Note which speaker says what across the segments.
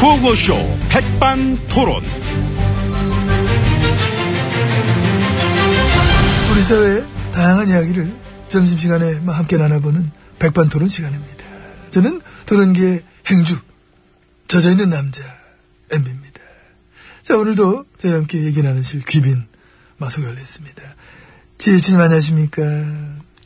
Speaker 1: 구호쇼 백반토론.
Speaker 2: 우리 사회의 다양한 이야기를 점심시간에 함께 나눠보는 백반토론 시간입니다. 저는 토론계의 행주, 젖어있는 남자, 엠비입니다. 자, 오늘도 저희와 함께 얘기 나누실 귀빈 마소개를 했습니다. 지혜진님 안녕하십니까?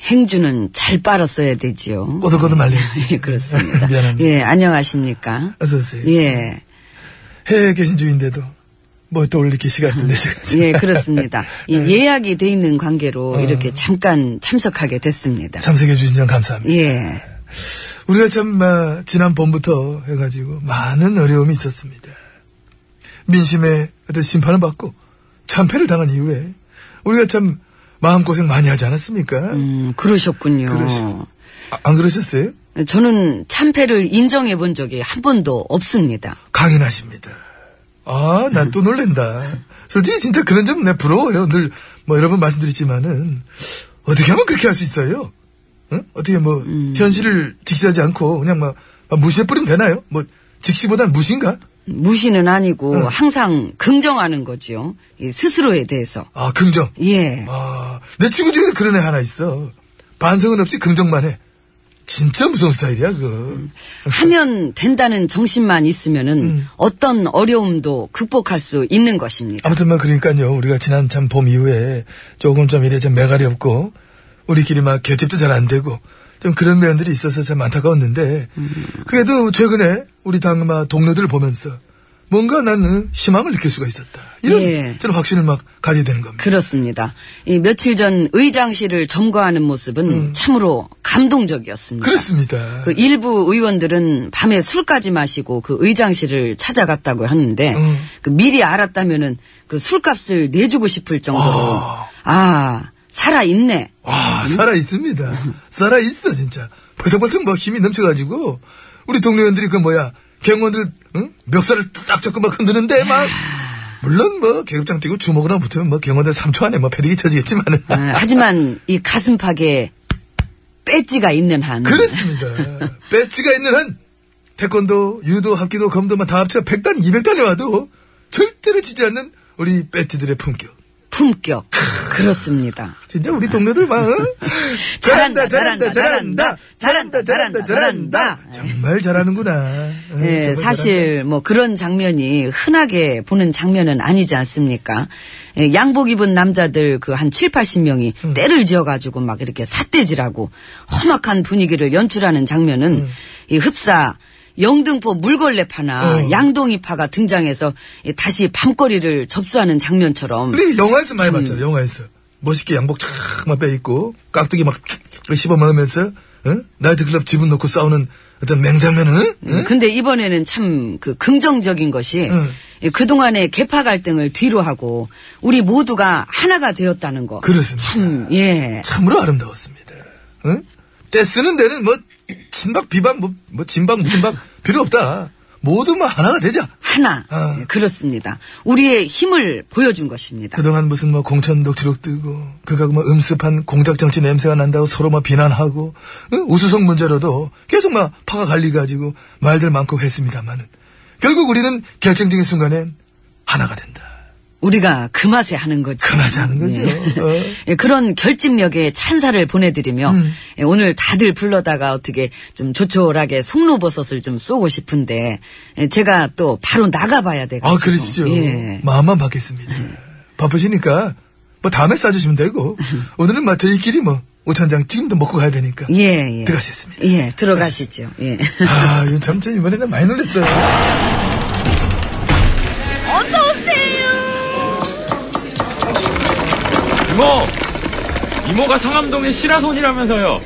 Speaker 3: 행주는 잘 빨았어야 되지요.
Speaker 2: 꼬들꼬들 말리지
Speaker 3: 예, 그렇습니다.
Speaker 2: 미안합니다.
Speaker 3: 예, 안녕하십니까.
Speaker 2: 어서오세요.
Speaker 3: 예,
Speaker 2: 해외에 계신 주인데도 뭐 또 올릴 게 시간 내셔가지고.
Speaker 3: 예, 그렇습니다. 이
Speaker 2: 네.
Speaker 3: 예약이 돼 있는 관계로 이렇게 잠깐 참석하게 됐습니다.
Speaker 2: 어. 참석해 주신 점 감사합니다.
Speaker 3: 예,
Speaker 2: 우리가 참 아, 지난 봄부터 해가지고 많은 어려움이 있었습니다. 민심의 어떤 심판을 받고 참패를 당한 이후에 우리가 참 마음고생 많이 하지 않았습니까?
Speaker 3: 음, 그러셨군요.
Speaker 2: 그러시- 아, 안 그러셨어요?
Speaker 3: 저는 참패를 인정해 본 적이 한 번도 없습니다.
Speaker 2: 강인하십니다. 아, 나 또 놀랜다. 솔직히 진짜 그런 점 내 부러워요. 늘 뭐 여러 번 말씀드리지만은 어떻게 하면 그렇게 할 수 있어요? 응? 어떻게 뭐 현실을 직시하지 않고 그냥 막, 막 무시해버리면 되나요? 뭐 직시보단 무신가?
Speaker 3: 무시는 아니고
Speaker 2: 어.
Speaker 3: 항상 긍정하는 거지요. 이 스스로에 대해서.
Speaker 2: 아, 긍정.
Speaker 3: 예.
Speaker 2: 아, 내 친구 중에서 그런 애 하나 있어. 반성은 없이 긍정만 해. 진짜 무서운 스타일이야, 그거.
Speaker 3: 하면 된다는 정신만 있으면은
Speaker 2: 음.
Speaker 3: 어떤 어려움도 극복할 수 있는 것입니다.
Speaker 2: 아무튼 뭐 그러니까요. 우리가 지난 참 봄 이후에 조금 좀 이래 좀 매갈이 없고 우리끼리 막 결집도 잘 안 되고 좀 그런 면들이 있어서 참 안타까웠는데 그래도 최근에 우리 당마 동료들을 보면서 뭔가 나는 희망을 느낄 수가 있었다. 이런
Speaker 3: 예.
Speaker 2: 저런 확신을 막 가지게 되는 겁니다.
Speaker 3: 그렇습니다. 이 며칠 전 의장실을 점거하는 모습은
Speaker 2: 음.
Speaker 3: 참으로 감동적이었습니다.
Speaker 2: 그렇습니다.
Speaker 3: 그 일부 의원들은 밤에 술까지 마시고 그 의장실을 찾아갔다고 하는데
Speaker 2: 음.
Speaker 3: 그 미리 알았다면은 그 술값을 내주고 싶을 정도로
Speaker 2: 아.
Speaker 3: 아 살아 있네.
Speaker 2: 와, 살아있습니다. 살아있어, 진짜. 벌떡벌떡 막 힘이 넘쳐가지고, 우리 동료원들이 그 뭐야, 경원들, 응? 멱살을 딱 잡고 막 흔드는데, 막. 물론 뭐, 계급장 뛰고 주먹을 하나 붙으면 뭐, 경원들 3초 안에 뭐, 패딩이 쳐지겠지만은.
Speaker 3: 아, 네. 하지만 이 가슴팍에 배지가 있는 한
Speaker 2: 그렇습니다. 배지가 있는 한, 태권도, 유도, 합기도, 검도만 다 합쳐 100단, 200단에 와도, 절대로 지지 않는 우리 배지들의 품격.
Speaker 3: 품격. 그렇습니다.
Speaker 2: 진짜 우리 동료들 막 응?
Speaker 3: 잘한다, 잘한다, 잘한다, 잘한다, 잘한다, 잘한다.
Speaker 2: 정말 잘하는구나. 응,
Speaker 3: 예,
Speaker 2: 정말
Speaker 3: 사실 뭐 그런 장면이 흔하게 보는 장면은 아니지 않습니까? 예, 양복 입은 남자들 그 한 7, 80명이 때를 지어가지고 막 이렇게 삿대질하고 험악한 분위기를 연출하는 장면은 이 흡사 영등포 물걸레파나
Speaker 2: 어.
Speaker 3: 양동이파가 등장해서 이 다시 밤거리를 접수하는 장면처럼
Speaker 2: 우리 영화에서
Speaker 3: 음.
Speaker 2: 많이 봤잖아. 영화에서 멋있게 양복 쫙막 빼입고 깍두기 막 씹어 먹으면서 응? 나이트클럽 지분 놓고 싸우는 어떤 맹장면은 응?
Speaker 3: 음, 근데 이번에는 참 그 긍정적인 것이
Speaker 2: 응.
Speaker 3: 예, 그동안의 개파 갈등을 뒤로 하고 우리 모두가 하나가 되었다는 거.
Speaker 2: 그렇습니다.
Speaker 3: 참, 예.
Speaker 2: 참으로 아름다웠습니다. 응? 때 쓰는 데는 뭐 친박 비박 뭐, 뭐 진박 무진박 필요 없다. 모두 막 하나가 되자.
Speaker 3: 하나.
Speaker 2: 아.
Speaker 3: 예, 그렇습니다. 우리의 힘을 보여준 것입니다.
Speaker 2: 그동안 무슨 뭐 공천 녹취록 뜨고 그가 뭐 음습한 공작 정치 냄새가 난다고 서로 막 비난하고 응? 우수성 문제로도 계속 막 파가 갈리 가지고 말들 많고 했습니다만은 결국 우리는 결정적인 순간엔 하나가 된다.
Speaker 3: 우리가 그 맛에 하는 거죠.
Speaker 2: 그 맛에 하는 거죠. 어.
Speaker 3: 예, 그런 결집력의 찬사를 보내드리며
Speaker 2: 음.
Speaker 3: 예, 오늘 다들 불러다가 어떻게 좀 조촐하게 송로버섯을 좀 쏘고 싶은데 예, 제가 또 바로 나가봐야 되고
Speaker 2: 아 그러시죠.
Speaker 3: 예.
Speaker 2: 마음만 받겠습니다. 바쁘시니까 뭐 다음에 싸주시면 되고 오늘은 막 저희끼리 뭐 오천장 지금도 먹고 가야 되니까
Speaker 3: 예, 예.
Speaker 2: 들어가시겠습니다.
Speaker 3: 예, 들어가시죠. 예.
Speaker 2: 아, 이거 참, 저 이번에 나 많이 놀랐어요.
Speaker 1: 이모! 이모가 상암동에 시라손이라면서요.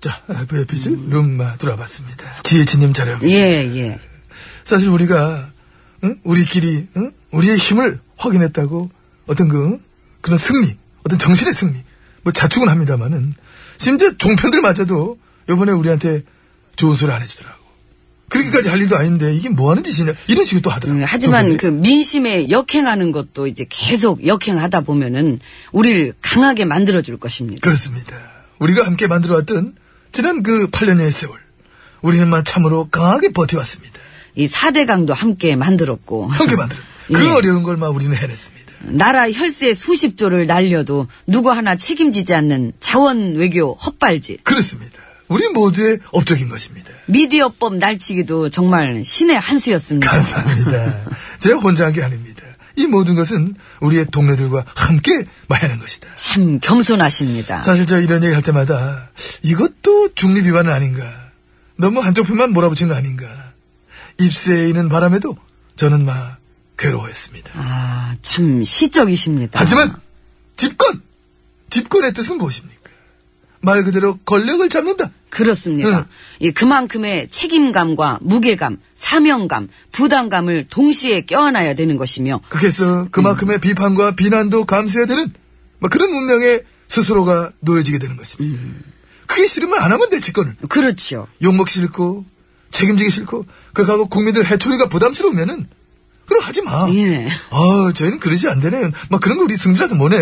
Speaker 2: 자, 아, VIP실 룸마 들어봤습니다. 지혜진님 자료.
Speaker 3: 예, 예.
Speaker 2: 사실 우리가 응? 우리끼리 응? 우리의 힘을 확인했다고 어떤 그 응? 그런 승리, 어떤 정신의 승리, 뭐 자축은 합니다만은 심지어 종편들마저도 요번에 우리한테 좋은 소리 안 해주더라고. 그렇게까지 할 일도 아닌데 이게 뭐 하는 짓이냐 이런 식으로 또 하더라고.
Speaker 3: 음, 하지만
Speaker 2: 종편들이.
Speaker 3: 그 민심에 역행하는 것도 이제 계속 역행하다 보면은 우리를 강하게 만들어 줄 것입니다.
Speaker 2: 그렇습니다. 우리가 함께 만들어왔던 지난 그 8년여의 그 세월, 우리는 막 참으로 강하게 버텨왔습니다.
Speaker 3: 이 4대 강도 함께 만들었고
Speaker 2: 함께 만들어.
Speaker 3: 예.
Speaker 2: 그 어려운 걸 막 우리는 해냈습니다.
Speaker 3: 나라 혈세 수십 조를 날려도 누구 하나 책임지지 않는 자원 외교 헛발질.
Speaker 2: 그렇습니다. 우리 모두의 업적인 것입니다.
Speaker 3: 미디어법 날치기도 정말 신의 한 수였습니다.
Speaker 2: 감사합니다. 제가 혼자 한 게 아닙니다. 이 모든 것은 우리의 동료들과 함께 마련한 것이다.
Speaker 3: 참 겸손하십니다.
Speaker 2: 사실 제가 이런 얘기 할 때마다 이것도 중립 위반은 아닌가. 너무 한쪽 편만 몰아붙인 거 아닌가. 입세에 있는 바람에도 저는 막 괴로워했습니다.
Speaker 3: 아, 참 시적이십니다.
Speaker 2: 하지만 집권! 집권의 뜻은 무엇입니까? 말 그대로 권력을 잡는다.
Speaker 3: 그렇습니다.
Speaker 2: 응.
Speaker 3: 이 그만큼의 책임감과 무게감, 사명감, 부담감을 동시에 껴안아야 되는 것이며
Speaker 2: 그래서 그만큼의 비판과 비난도 감수해야 되는 뭐 그런 운명에 스스로가 놓여지게 되는 것입니다. 그게 싫으면 안 하면 돼, 집권을.
Speaker 3: 그렇죠.
Speaker 2: 욕먹기 싫고 책임지기 싫고 그하고 국민들 해초리가 부담스러우면은 그럼 하지 마.
Speaker 3: 예.
Speaker 2: 아 저희는 그릇이 안 되네. 막 그런 거 우리 승질나서 뭐네.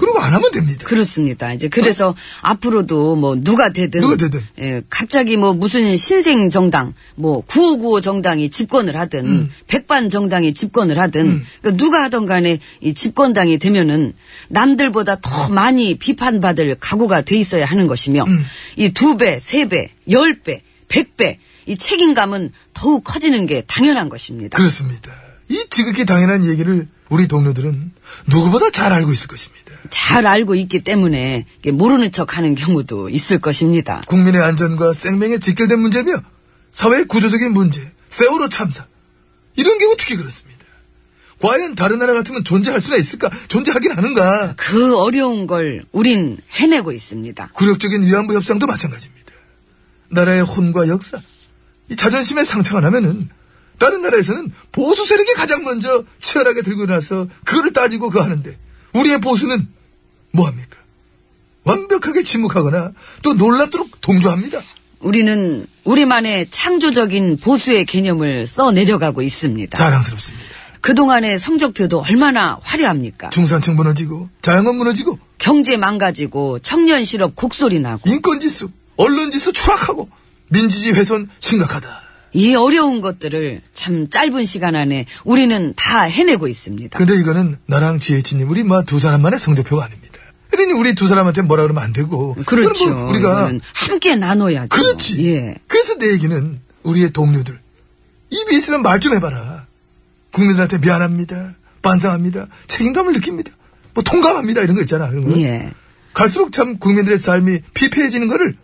Speaker 2: 그런 거 안 하면 됩니다.
Speaker 3: 그렇습니다. 이제 그래서 앞으로도 뭐 누가 되든
Speaker 2: 누가 되든.
Speaker 3: 예, 갑자기 뭐 무슨 신생 정당, 뭐 9595 정당이 집권을 하든
Speaker 2: 음.
Speaker 3: 백반 정당이 집권을 하든 그러니까 누가 하든 간에 이 집권당이 되면은 남들보다 더 많이 비판받을 각오가 돼 있어야 하는 것이며
Speaker 2: 음.
Speaker 3: 이 두 배, 세 배, 열 배, 백 배 이 책임감은 더욱 커지는 게 당연한 것입니다.
Speaker 2: 렇습니다이 지극히 당연한 얘기를 우리 동료들은 누구보다 잘 알고 있을 것입니다.
Speaker 3: 잘 알고 있기 때문에 이게 모르는 척하는 경우도 있을 것입니다.
Speaker 2: 국민의 안전과 생명에 직결된 문제며 사회 구조적인 문제, 세월호 참사 이런 게 어떻게 그렇습니다. 과연 다른 나라 같으면 존재할 수나 있을까? 존재하긴 하는가?
Speaker 3: 그 어려운 걸 우린 해내고 있습니다.
Speaker 2: 굴욕적인 위안부 협상도 마찬가지입니다. 나라의 혼과 역사, 이 자존심에 상처가 나면은 다른 나라에서는 보수 세력이 가장 먼저 치열하게 들고 나서 그거를 따지고 그 하는데 우리의 보수는 뭐합니까? 완벽하게 침묵하거나 또 놀랍도록 동조합니다.
Speaker 3: 우리는 우리만의 창조적인 보수의 개념을 써내려가고 있습니다.
Speaker 2: 자랑스럽습니다.
Speaker 3: 그동안의 성적표도 얼마나 화려합니까?
Speaker 2: 중산층 무너지고 자영업 무너지고
Speaker 3: 경제 망가지고 청년 실업 곡소리 나고
Speaker 2: 인권 지수, 언론 지수 추락하고 민주주의 훼손 심각하다.
Speaker 3: 이 어려운 것들을 참 짧은 시간 안에 우리는 다 해내고 있습니다.
Speaker 2: 근데 이거는 나랑 지혜진님 우리 막 두 사람만의 성적표가 아닙니다. 그러니 우리 두 사람한테 뭐라 그러면 안 되고
Speaker 3: 그렇죠.
Speaker 2: 그건 뭐 우리가
Speaker 3: 이거는 함께 나눠야죠.
Speaker 2: 그렇지.
Speaker 3: 예.
Speaker 2: 그래서 내 얘기는 우리의 동료들 입이 있으면 말 좀 해봐라. 국민들한테 미안합니다. 반성합니다. 책임감을 느낍니다. 뭐 통감합니다 이런 거 있잖아. 그런 거.
Speaker 3: 예.
Speaker 2: 갈수록 참 국민들의 삶이 피폐해지는 거를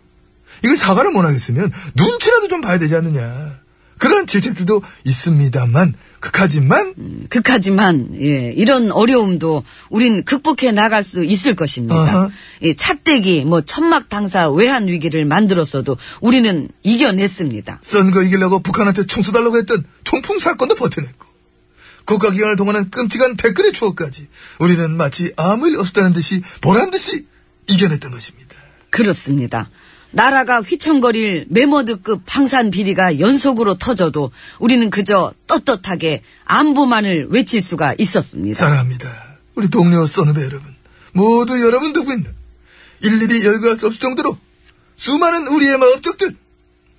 Speaker 2: 이걸 사과를 못 하겠으면 눈치라도 좀 봐야 되지 않느냐. 그런 질책들도 있습니다만 극하지만
Speaker 3: 극하지만 예, 이런 어려움도 우린 극복해 나갈 수 있을
Speaker 2: 아하.
Speaker 3: 것입니다. 이 차떼기 뭐 천막 당사 외환 위기를 만들었어도 우리는 이겨냈습니다.
Speaker 2: 선거 이기려고 북한한테 총 쏘달라고 했던 총풍 사건도 버텨냈고 국가기관을 동원한 끔찍한 댓글의 추억까지 우리는 마치 아무 일 없었다는 듯이 보란 듯이 이겨냈던 것입니다.
Speaker 3: 그렇습니다. 나라가 휘청거릴 메머드급 방산 비리가 연속으로 터져도 우리는 그저 떳떳하게 안보만을 외칠 수가 있었습니다.
Speaker 2: 사랑합니다. 우리 동료 선후배 여러분 모두 여러분 덕분입니다. 일일이 열거할 수 없을 정도로 수많은 우리의 마 업적들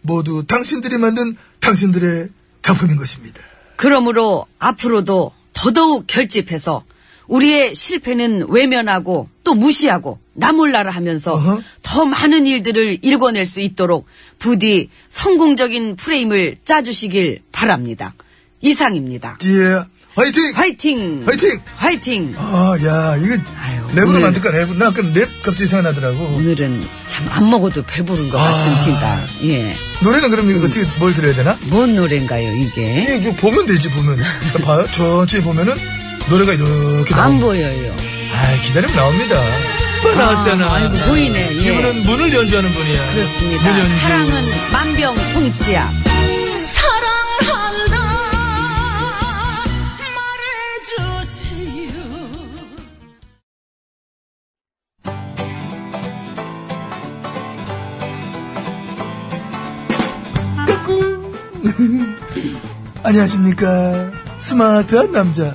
Speaker 2: 모두 당신들이 만든 당신들의 작품인 것입니다.
Speaker 3: 그러므로 앞으로도 더더욱 결집해서 우리의 실패는 외면하고 또 무시하고 나몰라라 하면서
Speaker 2: 어허.
Speaker 3: 더 많은 일들을 일궈낼 수 있도록 부디 성공적인 프레임을 짜주시길 바랍니다. 이상입니다.
Speaker 2: 예, 화이팅!
Speaker 3: 화이팅!
Speaker 2: 화이팅!
Speaker 3: 화이팅!
Speaker 2: 아, 야, 이거
Speaker 3: 아유,
Speaker 2: 랩으로
Speaker 3: 오늘-
Speaker 2: 만들까? 랩, 나 아까 랩 갑자기 생각나더라고.
Speaker 3: 오늘은 참 안 먹어도 배부른 것
Speaker 2: 아.
Speaker 3: 같습니다. 예.
Speaker 2: 노래는 그럼 이거 어떻게 뭘 들어야 되나?
Speaker 3: 뭔 노래인가요, 이게?
Speaker 2: 이게 이거 보면 되지 보면. 봐요, 천천히 보면은 노래가 이렇게 나옵니다.
Speaker 3: 안 보여요.
Speaker 2: 아, 기다리면 나옵니다. 뭐 나왔잖아.
Speaker 3: 아, 아이고, 보이네. 예.
Speaker 2: 이분은 문을 연주하는 분이야. 문
Speaker 3: 그렇습니다.
Speaker 2: 연주.
Speaker 3: 사랑은 만병통치약.
Speaker 4: 사랑한다 말해주세요
Speaker 2: 안녕하십니까. 스마트한 남자